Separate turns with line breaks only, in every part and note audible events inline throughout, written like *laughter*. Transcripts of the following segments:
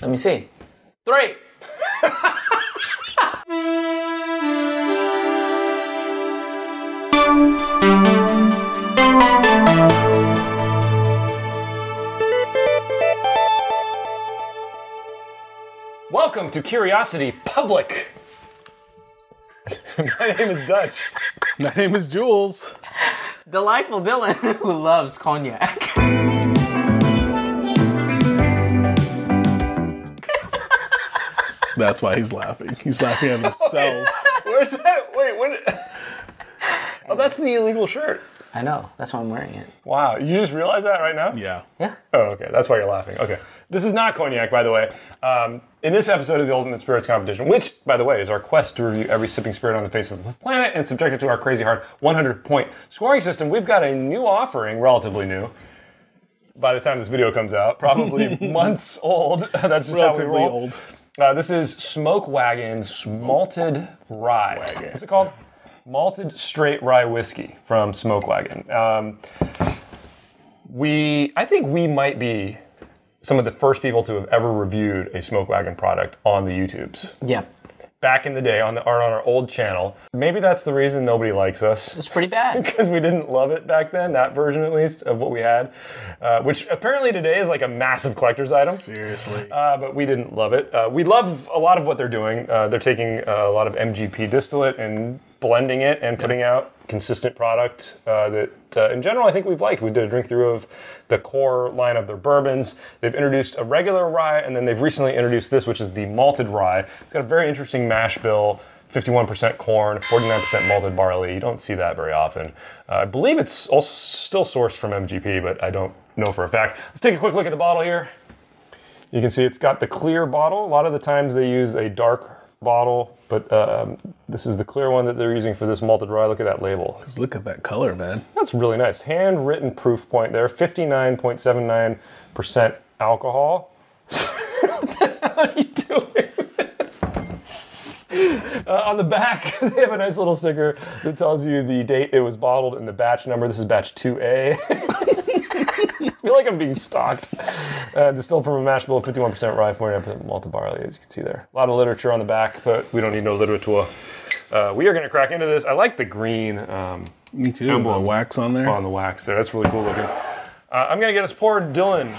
Let me see. Three.
Welcome to Curiosity Public. *laughs* My name is Dutch.
My name is Jules.
Delightful Dylan who loves cognac.
That's why he's laughing. He's laughing at
*laughs*
himself.
Where's that? Wait, when? Oh, that's the illegal shirt.
I know. That's why I'm wearing it.
Wow, you just realize that right now?
Yeah.
Yeah.
Oh, okay. That's why you're laughing. Okay. This is not cognac, by the way. Um, in this episode of the Ultimate Spirits Competition, which, by the way, is our quest to review every sipping spirit on the face of the planet and subject it to our crazy hard 100 point scoring system, we've got a new offering, relatively new. By the time this video comes
*laughs*
out, probably months old. *laughs* That's just how we
Relatively
roll.
old.
Uh, this is Smoke Wagon's malted rye. What's it called? Malted straight rye whiskey from Smoke Wagon. Um, we, I think we might be some of the first people to have ever reviewed a Smoke Wagon product on the YouTubes
Yeah.
back in the day on the or on our old channel. Maybe that's the reason nobody likes us
It's pretty
*laughs*
bad.
because we didn't love it back then. That version, at least, of what we had, uh, which apparently today is like a massive collector's item.
Seriously.
Uh, but we didn't love it. Uh, we love a lot of what they're doing. Uh, they're taking uh, a lot of MGP distillate and blending it and putting out consistent product uh, that, uh, in general, I think we've liked. We did a drink through of the core line of their bourbons. They've introduced a regular rye, and then they've recently introduced this, which is the malted rye. It's got a very interesting mash bill. 51% corn, 49% malted barley. You don't see that very often. Uh, I believe it's also still sourced from MGP, but I don't know for a fact. Let's take a quick look at the bottle here. You can see it's got the clear bottle. A lot of the times they use a dark bottle, but um, this is the clear one that they're using for this malted rye. Look at that label.
Look at that color, man.
That's really nice. Handwritten proof point there 59.79% alcohol. *laughs* what the hell are you doing? Uh, on the back, *laughs* they have a nice little sticker that tells you the date it was bottled and the batch number. This is batch 2A. I *laughs* feel like I'm being stalked. Uh, distilled from a mash bill of 51% rye, 49% malted barley, as you can see there. A lot of literature on the back, but we don't need no literature. Uh, we are going to crack into this. I like the green um,
Me too. The
Emblem.
wax on there.
on the wax there. That's really cool looking. Uh, I'm gonna get us poured, Dylan.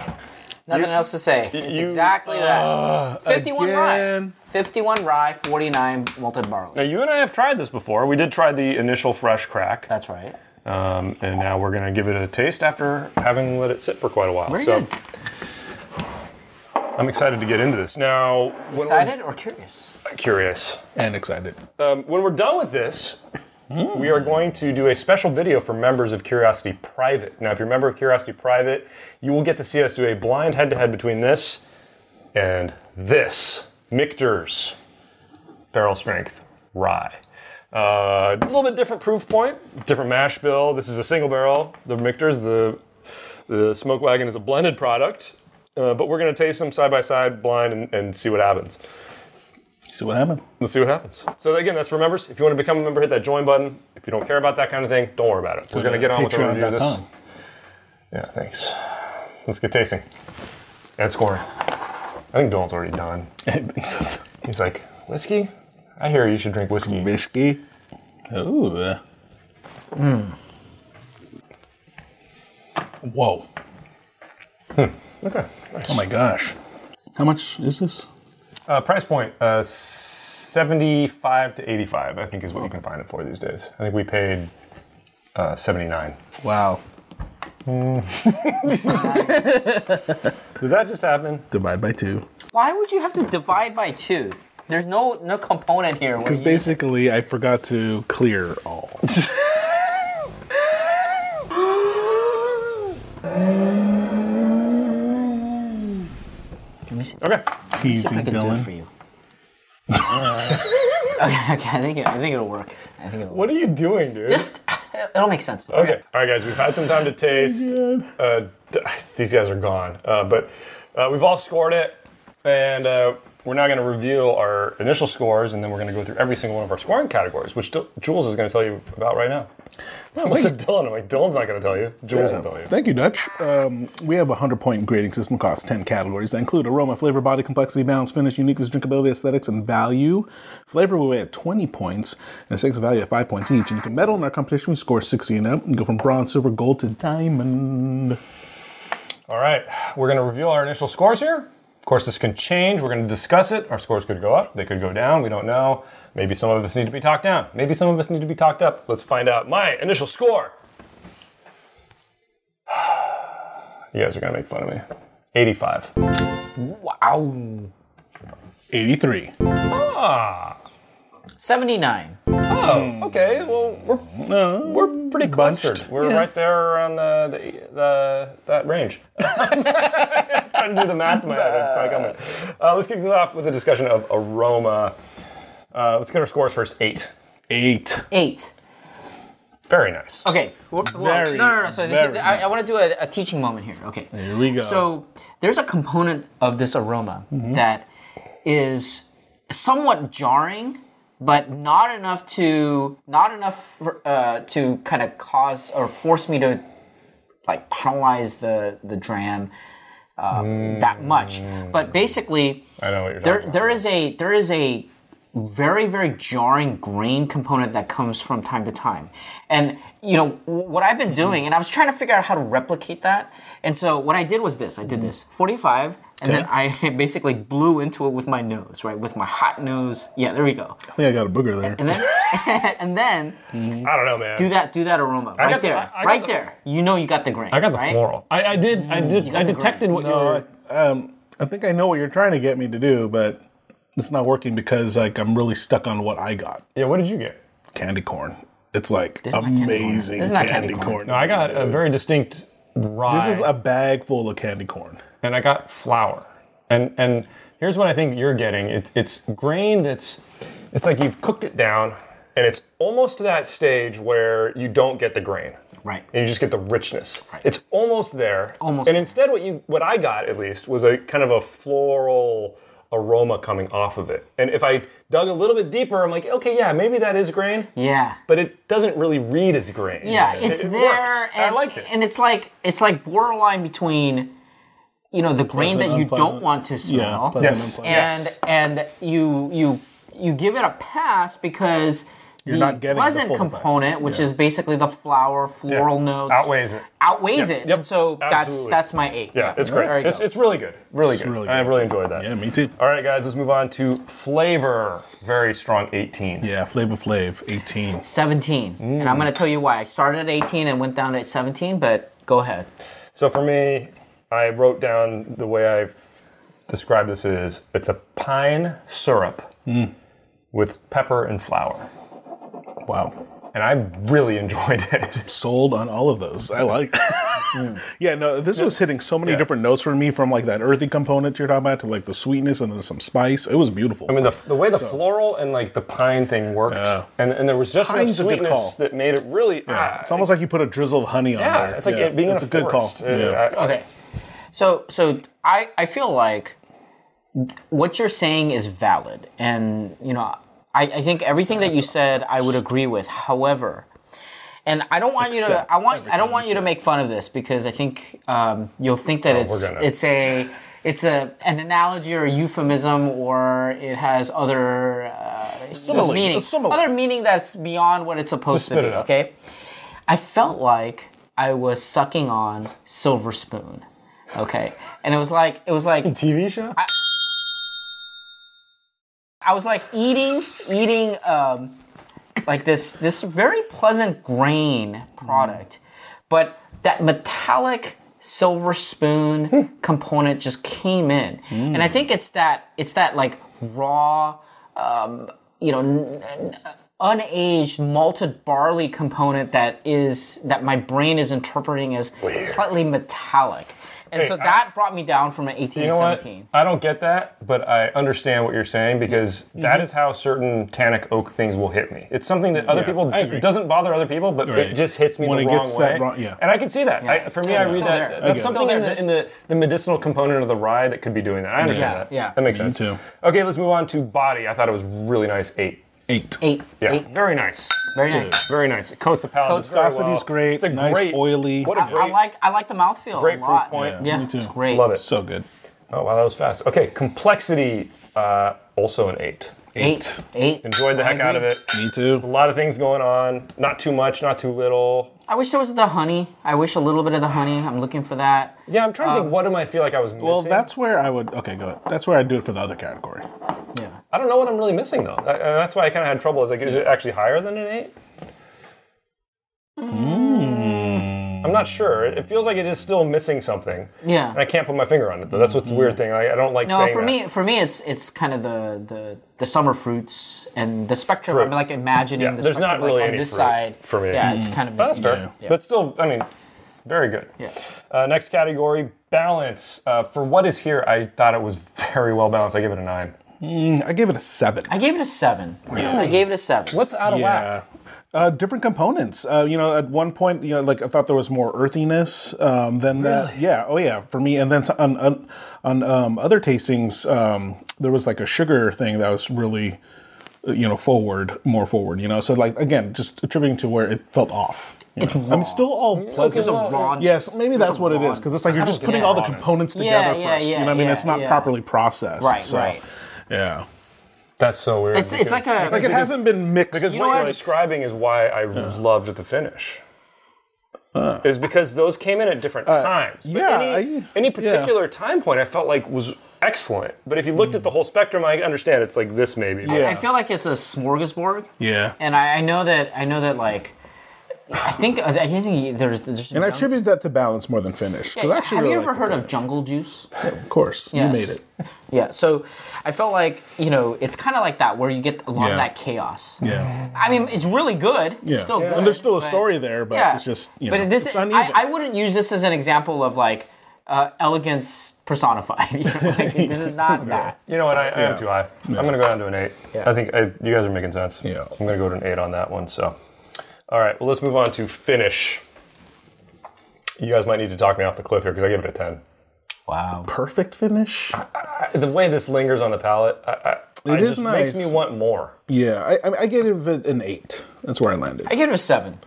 Nothing else to say. It's
you-
exactly that. 51
Ah, again.
rye. 51 rye, 49 malted barley.
Now you and I have tried this before. We did try the initial fresh crack,
That's right.
um, and now we're gonna give it a taste after having let it sit for quite a while.
Very
so
good.
I'm excited to get into this. Now, when
Excited or curious?
We're, curious.
and excited.
Um, when we're done with this, we are going to do a special video for members of Curiosity Private. Now, if you're a member of Curiosity Private, you will get to see us do a blind head to head between this and this Michter's barrel strength rye. Uh, a little bit different proof point, different mash bill. This is a single barrel. The Michter's, the, the Smoke Wagon is a blended product. Uh, but we're going to taste them side by side, blind, and, and see what happens.
See what happened?
Let's see what happens. So again, that's for members. If you want to become a member, hit that join button. If you don't care about that kind of thing, don't worry about it. We're gonna get on with the review of this.
Patreon.com.
Yeah, thanks. Let's get tasting and scoring. I think Dylan's already done.
*laughs*
He's like whiskey. I hear you should drink whiskey.
Whiskey. Hmm. Ooh. Mm. Whoa.
Okay.
Oh my gosh. How much is this?
Uh, price point: uh, seventy-five to eighty-five. I think is what you can find it for these days. I think we paid uh, seventy-nine.
Wow.
Did that just happen?
Divide by two.
Why would you have to divide by two? There's no no component here. where
Because
you-
basically, I forgot to clear
*laughs*
all.
Let me see.
Okay.
See if
Teasing
I can do it for
Dylan.
you. *laughs* okay, okay, I think it, I think it'll work. I think it'll work.
What are you doing, dude?
Just it'll make sense.
Okay. All right, guys, we've had some time to taste. *sighs* Uh, d- these guys are gone. Uh, but uh, we've all scored it. And uh, we're now going to reveal our initial scores, and then we're going to go through every single one of our scoring categories, which D- Jules is going to tell you about right now. *laughs* I looked at Dylan. I'm like, Dylan's not going to tell you. Jules will tell you.
Thank you, Dutch. Um, we have a 100 point grading system across 10 categories that include aroma, flavor, body, complexity, balance, finish, uniqueness, drinkability, aesthetics, and value. Flavor we weigh at 20 points, and aesthetics and value at 5 points each. And you can medal in our competition. We score 60 and up and go from bronze, silver, gold to diamond.
All right, we're going to reveal our initial scores here. Of course, this can change. We're going to discuss it. Our scores could go up, they could go down. We don't know. Maybe some of us need to be talked down. Maybe some of us need to be talked up. Let's find out my initial score. *sighs* You guys are going to make fun of me. 85.
Wow.
83.
Ah,
79.
Hmm.
oh, okay. Well, we're,
Uh,
we're pretty clustered. We're right there on the, the, the that range. *laughs* trying to do the math in my head. It's not coming. Uh, let's kick this off with a discussion of aroma. Uh, let's get our scores first. Eight.
8.
8.
Very nice.
Okay. Well,
Very,
no, no, no. So
very
this, I, I want to do a, a teaching moment here. Okay.
Here we go.
So there's a component of this aroma that is somewhat jarring, but not enough to not enough for, uh, to kind of cause or force me to like penalize the the dram uh, that much. But basically,
I know what you're
there
talking
there is a there is a very very jarring grain component that comes from time to time and you know w- what i've been doing and i was trying to figure out how to replicate that and so what i did was this i did
Mm-hmm.
this 45 and then i *laughs* basically blew into it with my nose right with my hot nose yeah there we go
I think I got a booger there.
and then *laughs* and then
about. I don't know, man.
do that do that aroma
got
right
the-
there
I- I got
right
the-
there you know you got the grain
I got the
right?
floral. I, I did. I did. I
the
detected what you were.
No, I, um, I think I know what you're trying to get me to do, but it's not working because like I'm really stuck on what I got.
Yeah. What did you get?
Candy corn. It's like
is not candy corn.
amazing
This is not
candy,
candy
corn.
corn.
No, I got a very distinct rye,
This is a bag full of candy corn.
and I got flour. And and here's what I think you're getting. It's it's grain that's. It's like you've cooked it down, and it's almost to that stage where you don't get the grain.
right
and you just get the richness. It's almost there.
Almost
And
there.
instead, what you what I got at least was a kind of a floral aroma coming off of it. And if I dug a little bit deeper, I'm like, okay, yeah, maybe that is grain,
yeah
but it doesn't really read as grain.
Yeah, it's
it, it
there,
Works.
and
I liked it.
And it's like it's like borderline between, you know, the grain that you don't
unpleasant.
want to smell,
pleasant
Yes.
unpleasant.
and
Yes.
and you you you give it a pass because you're the
not getting the
pleasant
full effect.
component, which is basically the flower floral
Yeah.
notes,
Outweighs it.
outweighs it.
Yep.
And so that's
Absolutely.
that's my eight.
yeah, it's great.
There you
It's,
go.
it's really good. Really
It's
good.
really
I
good.
really enjoyed that.
Yeah, me too.
All right, guys, let's move on to flavor. Very strong 18.
Yeah, Flavor Flav, 18.
17. And
Mm.
I'm going to tell you why. I started at 18 and went down to 17, but go ahead.
So for me, I wrote down the way I described this is it's a pine syrup
Mm.
with pepper and flour.
Wow.
And I really enjoyed it.
Sold on all of those. I like. *laughs* yeah, no, this was hitting so many
Yeah.
different notes for me from like that earthy component you're talking about to like the sweetness and then some spice. It was beautiful.
I mean, the, the way the floral and like the pine thing worked,
Yeah.
and, and there was just
Pine's a
enough
good call.
sweetness that made it really. ah,
it's almost like you put a drizzle of honey on
yeah,
there.
it's like it being
it's
in
a, good call.
forest. Uh,
Yeah.
I-
Okay. So so I I feel like what you're saying is valid, and you know I I think everything that you said I would agree with. However. And I don't want you to.
Except
I want. I
everything
don't want you to make fun of this because I think um, you'll think that it's
gonna-
it's a it's a an analogy or a euphemism or it has other uh,
simile,
meaning,
a simile.
other meaning that's beyond what it's supposed
Just
to
spit
be.
it out.
Okay. I felt like I was sucking on silver spoon. Okay. And it was like it was
*laughs*
like
TV show?
I was like eating eating um like this this very pleasant grain product. But that metallic silver
Hmm.
spoon component just came in. And I think it's that it's that like raw um you know n- n- unaged malted barley component that is that my brain is interpreting as slightly metallic. And
Hey,
so
I-
that brought me down from an 18
You know
to
what?
17.
I don't get that, but I understand what you're saying because
Mm-hmm.
that is how certain tannic oak things will hit me. It's something that other
Yeah,
people
I agree.
doesn't bother other people, but
Right.
it just hits me
When
the
it
wrong
gets
way.
that wrong- yeah.
And I can see that. I-
it's
for me,
still-
I
it's
read
still
that.
there. I get
That's
it.
something in
Still
the, in the the medicinal component of the rye that could be doing that. I understand
Yeah,
that.
yeah.
that makes sense.
too.
Okay, let's move on to body. I thought it was really nice. Eight.
Eight.
Eight.
Yeah,
Eight.
very nice.
Very nice.
Very nice. It coats the palate.
Coats-
very well.
Viscosity's great,
It's a
nice,
great,
oily.
What a
I, I
great.
like I like the mouthfeel.
great
a
proof
lot.
point.
Yeah,
me too.
it's great.
Love it.
So good.
Oh wow, that was fast. Okay, complexity. Uh, also an eight.
Eight. Eight.
Enjoyed the
I
heck out of
agree.
it.
Me
A
too.
lot of things going on. Not too much, not too little.
I wish there was the honey. I wish a little bit of the honey. I'm looking for that.
Yeah, I'm trying to
Um,
think. What am I feel like I was missing?
Well, that's where I would. Okay, go ahead. That's where I do it for the other category.
Yeah.
I don't know what I'm really missing though. I, and that's why I kind of had trouble. I was like, is it actually higher than an eight?
Hmm.
I'm not sure. It it feels like it is still missing something,
Yeah. Mm-hmm.
and I can't put my finger on it. Though that's what's the weird thing. I, I don't like
No,
saying
for
that.
me, for me, it's it's kind of the the, the summer fruits and the spectrum.
Fruit.
I'm like imagining
Yeah,
the
there's
spectrum
not really
like,
any
on this
fruit
side.
for me.
Yeah,
Mm.
it's kind of
Well, that's
missing.
fair.
Yeah.
But still, I mean, very good.
Yeah.
Uh, next category, balance. Uh, for what is here, I thought it was very well balanced. I give it a nine.
I gave it a seven.
I gave it a seven. Really? I gave it a seven.
What's out of whack?
Yeah. Uh, different components. Uh, you know, at one point, you know, like I thought there was more earthiness um, than that. Yeah. Oh, yeah. For me, and then so- on on, on um, other tastings, um, there was like a sugar thing that was really, uh, you know, forward, more forward. You know, so like again, just attributing to where it felt off. you
It's
know. I mean,
raw.
still all pleasant.
There's a rawness.
Yes, maybe
There's
that's
a
what it is
rawness.
because it's like you're just putting
get
all the
rawness.
components
Yeah,
together
yeah,
first.
yeah,
you know what I mean?
yeah,
it's not
yeah.
properly processed.
Right,
so,
right.
Yeah.
That's so weird.
It's it's like a
Like it hasn't been mixed.
Because
know
what you're
what?
describing is why I loved the finish. is because those came in at different times. But
Uh, yeah,
any,
I-
any
yeah.
particular time point I felt like was excellent. But if you looked at the whole spectrum, I understand it's like this maybe. but-
Mm. Yeah.
I feel like it's a smorgasbord.
yeah.
And I, I know that I know that like I think I think there's, there's
And I attribute that to balance more than finish. 'cause I actually
have
really
you
like
ever
the
heard of
finish.
jungle juice?
Of course,
Yes.
you made it.
Yeah, so I felt like, you know, it's kind of like that where you get a lot
Yeah.
of that chaos.
Yeah,
I mean, it's really good.
yeah.
It's still good.
and there's still a
but-
story there, but
yeah.
it's just you know,
but this,
it's uneven.
I, I wouldn't use this as an example of like uh, elegance personified. *laughs* You know, like, this is
*laughs*
not that.
You know what? I, I
Yeah.
am too high. I'm going to go down to an eight.
Yeah.
I think I, you guys are making sense.
Yeah.
I'm going to go to an eight on that one. So, all right. Well, let's move on to finish. You guys might need to talk me off the cliff here because I give it a ten.
Wow.
Perfect finish.
I- the way this lingers on the palate, I, I, I
is
just
nice.
makes me want more.
Yeah, I- I, I gave it an eight. That's where I landed.
I give it a seven.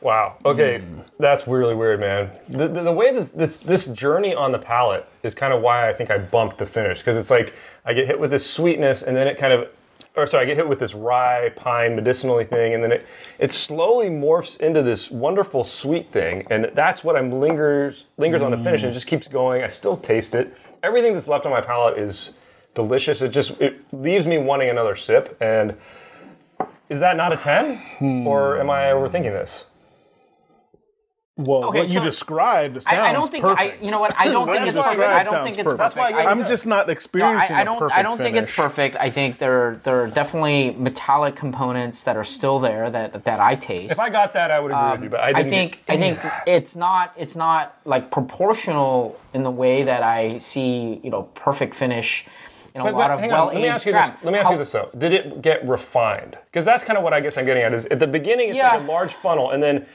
Wow. Okay, that's really weird, man. The, the, the way that this this journey on the palate is kind of why I think I bumped the finish because it's like I get hit with this sweetness and then it kind of, or sorry, I get hit with this rye pine medicinally thing and then it it slowly morphs into this wonderful sweet thing and that's what I'm lingers lingers on the finish and it just keeps going. I still taste it. Everything that's left on my palate is delicious. It just it leaves me wanting another sip and. Is that not a 10? Or am I overthinking this?
Well,
Okay,
what you
so-
described sounds
I, I don't think
perfect.
I. You know what? I don't
What *laughs*
think
you
it's perfect.
described
I don't
sounds
think it's
perfect.
perfect.
That's why I-
I,
I'm just not
No, I,
experiencing.
I
a
don't.
perfect
I don't think it's
finish.
perfect. I think there there are definitely metallic components that are still there that that I taste.
If I got that, I would agree with you, but I
Um, I
didn't.
think I
*laughs*
think it's not it's not like proportional in the way that I see you know perfect finish in a
But- but
lot of
hang on,
well
let me
aged
ask you this. Let me ask you this though: Did it get refined? Because that's kind of what I guess I'm getting at. Is at the beginning, it's like a
Yeah.
large funnel, and then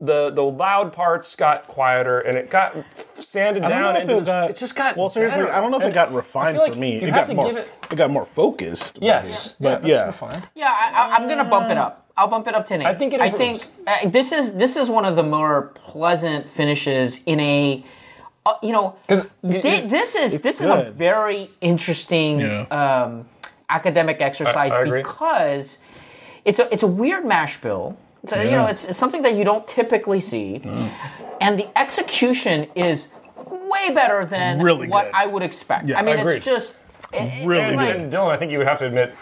the the loud parts got quieter, and it got f- sanded
I don't
down.
know if
into
it
this-
got.
it just got.
Well, seriously,
better.
I don't know if
And
it got
I
refined
feel like
for me.
you
It
have
got
to
more.
give
It,
it-
got more focused.
Yes,
but
yeah, that's
yeah,
refined.
Yeah, I, I, I'm gonna bump it up. I'll bump it up to an eight. I
Uh. think it
I
improves.
think uh, this is this is one of the more pleasant finishes in a. Uh, you know,
'Cause
thi-
it- it-
this is this is a
good.
very interesting
Yeah.
um, academic exercise
I agree.
because it's a it's a weird mash bill. It's a, You know,
Yeah.
it's, it's something that you don't typically see, and the execution is way better than
Really
what
good.
I would expect. I mean,
agreed.
it's just it-
Really
it's
And,
like-
good.
and Dylan, I think you would have to admit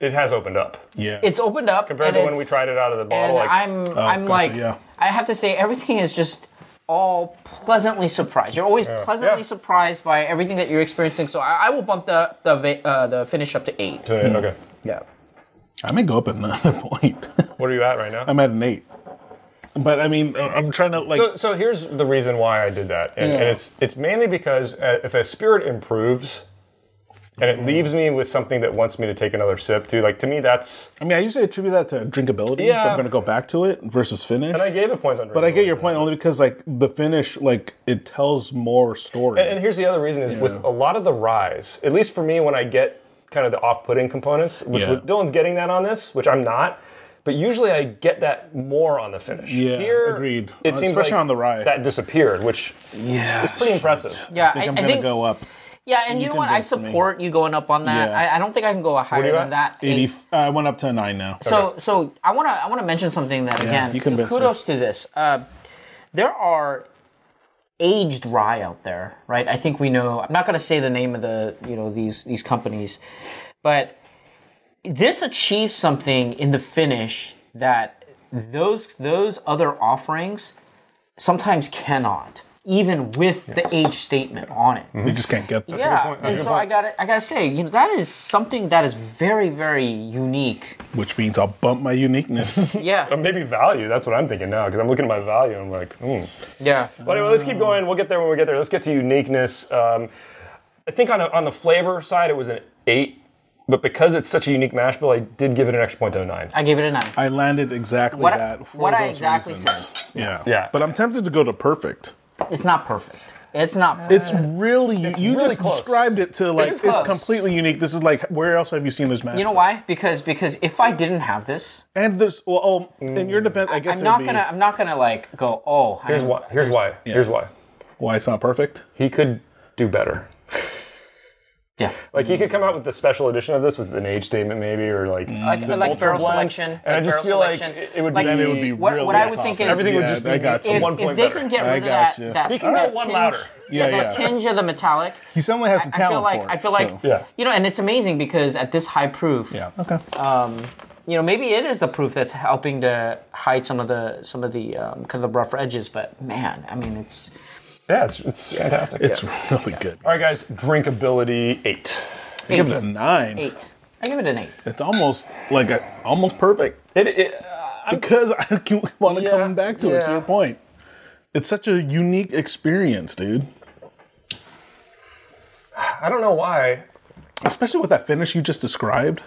it has opened up
yeah.
it's opened up
compared
and
to when
it's-
we tried it out of the
and
bottle. Like,
I'm I'm
gotcha,
like
yeah.
I have to say everything is just all pleasantly surprised. You're always pleasantly
Yeah.
surprised by everything that you're experiencing. So I, I will bump the the va- uh, the finish up to eight.
okay,
Yeah.
I may go up another point.
what are you at right now?
I'm at an eight. But I mean, I- I'm trying to like.
So, so here's the reason why I did that, and, and
Yeah.
it's it's mainly because uh, if a spirit improves, and it leaves me with something that wants me to take another sip too. Like to me, that's
I mean, I usually attribute that to drinkability. If
Yeah.
I'm going to go back to it versus finish.
and I gave it points on.
but I get your point only because like the finish, like it tells more story.
And here's the other reason is with a lot of the rise, at least for me, when I get kind of the off-putting components, which
Yeah.
with- Dylan's getting that on this, which I'm not. But usually I get that more on the finish.
Yeah,
Here,
agreed.
It
Uh,
seems
especially
like
on the rye.
that disappeared, which
yeah, it's
pretty impressive.
Yeah,
I think
I-
I, am
I
gonna
think-
go up.
Yeah, and you, know what? I
convinced me.
support you going up on that.
Yeah.
I, I don't think I can go higher
you
than
at?
that.
Eighty. f- I went up to nine now.
So, so I want to I want to mention something that again.
you convinced me.
kudos to this. Uh, there are aged rye out there, right? I think we know. I'm not going to say the name of the you know these these companies, but this achieves something in the finish that those those other offerings sometimes cannot, even with the age statement on it.
you just can't get that.
Yeah,
Mm-hmm. That's a
and
good
so I got I got to say, you know, that is something that is very very unique.
Which means I'll bump my
*laughs*
uniqueness.
Yeah,
But maybe value. That's what I'm thinking now because I'm looking at my value. and I'm like, hmm.
yeah.
But anyway, let's keep going. We'll get there when we get there. Let's get to uniqueness. Um, I think on, a, on the flavor side, it was an eight, but because it's such a unique mash bill, I did give it an extra point to a nine.
I gave it a nine.
I landed exactly
What I-
that. For
what I
those
exactly
reasons.
said.
Yeah.
Yeah.
But I'm tempted to go to perfect.
It's not perfect. It's not.
It's really you
really
just
close.
described it to like
It's
it's,
close.
completely unique. This is like where else have you seen this match?
you know why? Because because if I didn't have this,
And this well, oh, in your defense, I guess
I'm
it'd
not
be
gonna I'm not gonna like go. Oh, I
Here's
am-
why. Here's why. Here's why.
why it's not perfect.
He could do better.
Yeah,
Like he could come out with a special edition of this with an age statement, maybe, or like
like, like barrel
blend.
selection.
And I
like barrel
just feel like
selection.
it- it would
Like,
be- Mm. Then it would
be
what,
really
what I would think
tough.
is
everything would
Yeah,
just
I
be
got you.
if,
one
if
point
they
better.
can get
I
rid of
got
that,
you.
that,
He can
that
go one
tinge,
louder.
Yeah,
Yeah,
that
yeah.
tinge of the metallic.
He certainly has the
I
talent
feel like
for it.
I feel like
so-
Yeah.
you know, and it's amazing because at this high proof,
yeah. Okay.
Uh, you know, maybe it is the proof that's helping to hide some of the some of the um, kind of the rougher edges. But man, I mean, it's
yeah, it's, it's fantastic.
It's
Yeah.
really good.
all right, guys. Drinkability eight.
eight.
Give it a nine.
eight. I give it an eight.
It's almost like a, almost perfect
It, it,
because *laughs* I want to
Yeah,
come back to it. To
yeah.
your point, it's such a unique experience, dude.
I don't know why.
Especially with that finish you just described.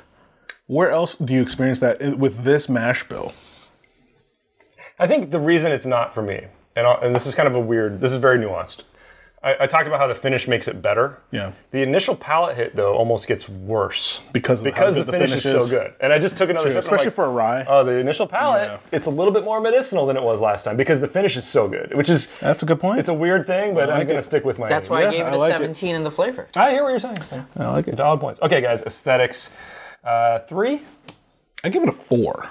Where else do you experience that i- with this mash bill?
I think the reason it's not for me, and, I, and this is kind of a weird, this is very nuanced. I, I talked about how the finish makes it better.
Yeah.
The initial palate hit, though, almost gets worse
Because of how
because the,
good the
finish,
finish
is,
is.
so good. And I just took another sip. and I'm
Especially Uh,
like,
for a rye.
Oh, the initial palate,
Yeah.
it's a little bit more medicinal than it was last time because the finish is so good, which is,
That's a good point.
it's a weird thing, but I'm
like
going to
it.
stick with my.
That's why
Yeah,
I gave it
I
a
like it.
17 in the flavor.
I hear what you're saying.
I like it.
Valid points. Okay, guys, aesthetics. Uh, three?
I give it a four.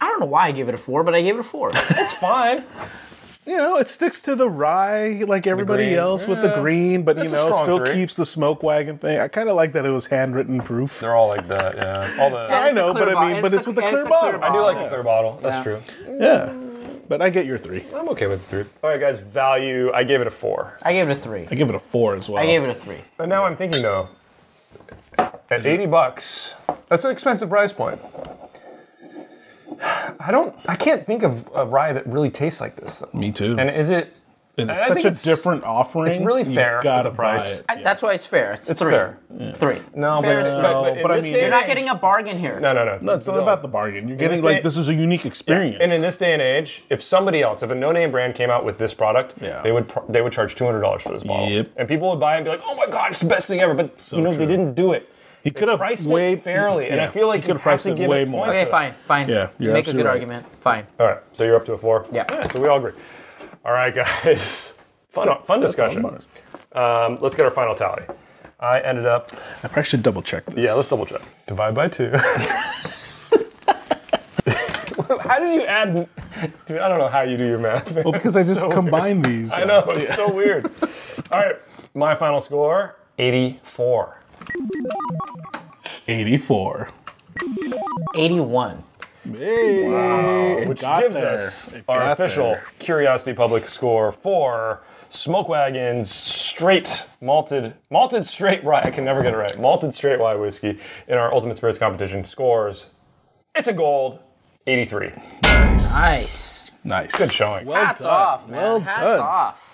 I don't know why I gave it a four, but I gave it a *laughs* four.
It's fine.
You know, it sticks to the rye like everybody
green.
else with the green, but you
It's a
know,
strong
still
three.
keeps the smoke wagon thing. I kind of like that it was handwritten proof.
They're all like that, yeah. All the.
Yeah,
I
it's the
know,
clear
but I
bottle.
mean, but
It's
it's
the-
with the
it's
clear
the clear
bottle.
I do like the
Yeah.
clear bottle. That's
Yeah.
true.
Yeah, but I get your three.
I'm okay with three. All right, guys, value. I gave it a four.
I gave it a three.
I give it a four as well.
I gave it a three.
But now I'm thinking though, at 80 bucks, that's an expensive price point. I don't. I can't think of a rye that really tastes like this though.
Me too.
And is it?
And
I
it's such
think
a
it's-
different offering.
it's really
you
fair with
Gotta
the price.
buy it.
I- That's why it's fair. It's,
It's
three.
fair.
Three.
No,
Fair
but,
is fair.
but, but, in
but I
this
mean- You're
day
You're
and
not
age-
getting a bargain here.
No, no, no.
No, it's not about the bargain. You're
this
getting
day-
like this is a unique experience.
And in this day and age, if somebody else, if a no-name brand came out with this product,
Yeah.
they would pr- they would charge two hundred dollars for this bottle,
Yep.
and people would buy it and be like, "Oh my god, it's the best thing ever!" But you know,
true.
they didn't do it.
he could have
priced
way
it fairly, and I
yeah,
feel like
he
you
could
have
have priced
to
it
give
way
it
more.
points.
Okay, fine, fine.
Yeah,
you
you're
make a
absolutely
good
right.
argument. Fine.
All right, so you're up to a four.
Yeah.
so we all agree. All right, guys. Fun, fun discussion. Um, let's get our final tally. I ended up.
I probably should double check this.
Yeah, let's double check. Divide by *laughs* two. how did you add? Dude, I don't know how you do your math. man.
well, because I just
So
combined these.
I know it's so weird. All right, my final score: eighty-four.
84.
81.
Hey, it
which
got
gives
there.
us
It
our
got
official
there.
Curiosity Public score for Smoke Wagon's straight malted malted straight rye. I can never get it right. Malted straight rye whiskey in our Ultimate Spirits competition scores. It's a gold. 83.
Nice.
Nice.
Good showing.
Hats off, man.
Well
Hats
done.
off.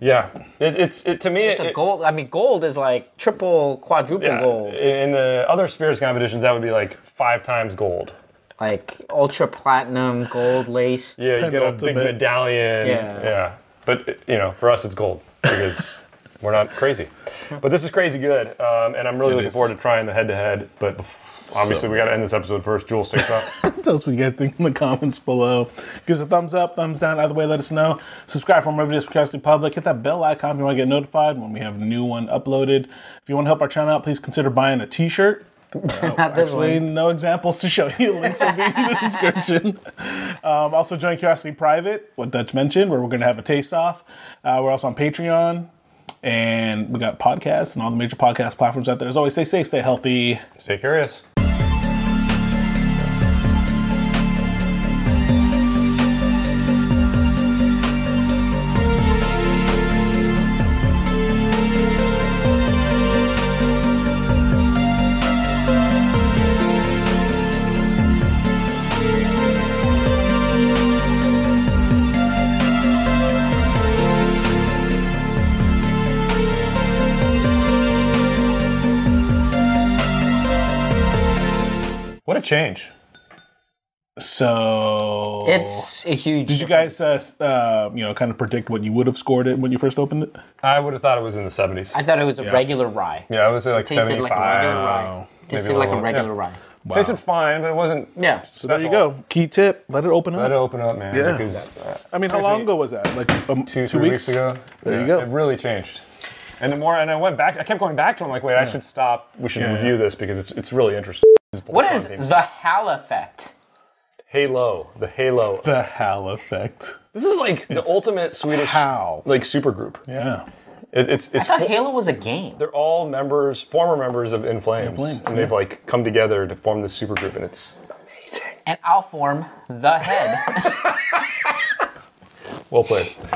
Yeah, it, it's it, to me.
It's a
it-
gold. I mean, gold is like triple, quadruple
yeah,
gold.
In in the other spirits competitions, that would be like five times gold.
Like ultra platinum, gold laced.
Yeah, you get a big
Penultimate.
medallion.
Yeah.
But, you know, for us, it's gold because we're not crazy. But this is crazy good. Um, and I'm really looking
is.
forward to trying the head to head. But bef- obviously, we got to end this episode first. Jules
*laughs*
takes off.
Tell us what you guys think in the comments below. Give us a thumbs up, thumbs down. Either way, let us know. Subscribe for more videos from Cast Republic. Hit that bell icon if you want to get notified when we have a new one uploaded. If you want to help our channel out, please consider buying a T-shirt.
*laughs* Not this
Actually,
one.
no examples to show you. Links will be in the
*laughs*
description. Um, also, join Curiosity Private, what Dutch mentioned, where we're going to have a taste off. Uh, we're also on Patreon, and we got podcasts and all the major podcast platforms out there. As always, stay safe, stay healthy.
Stay curious. What a change.
So
It's a huge.
Did you guys, uh, s- uh, you know, kind of predict what you would have scored it when you first opened it?
I would have thought it was in the 70s.
I thought it was a regular rye.
yeah, I would say like
Tasted
75.
like a regular
Wow.
rye. Tasted
Maybe a
like a
little-
regular
yeah.
rye.
Tasted fine, but it wasn't.
Yeah.
So there you go. Key tip: let it open
Let it
up.
open up, man.
Yeah.
Because uh,
I mean, how long ago was that? Like um,
two, three weeks? ago.
There
Yeah,
you go.
It really changed. And the more, and I went back. I kept going back to. it. I'm like, wait, I should stop. We should
Yeah.
review this because it's it's really interesting.
What is the Hal effect?
Halo? The Halo.
The Hal effect.
This is like the ultimate Swedish
How?
like supergroup.
Yeah.
It, it's
*laughs*
it's
I thought
fo-
Halo was a game.
they're all members, former members of In Flames,
Flames,
and they've like come together to form this supergroup, and it's
And I'll form the head.
well played.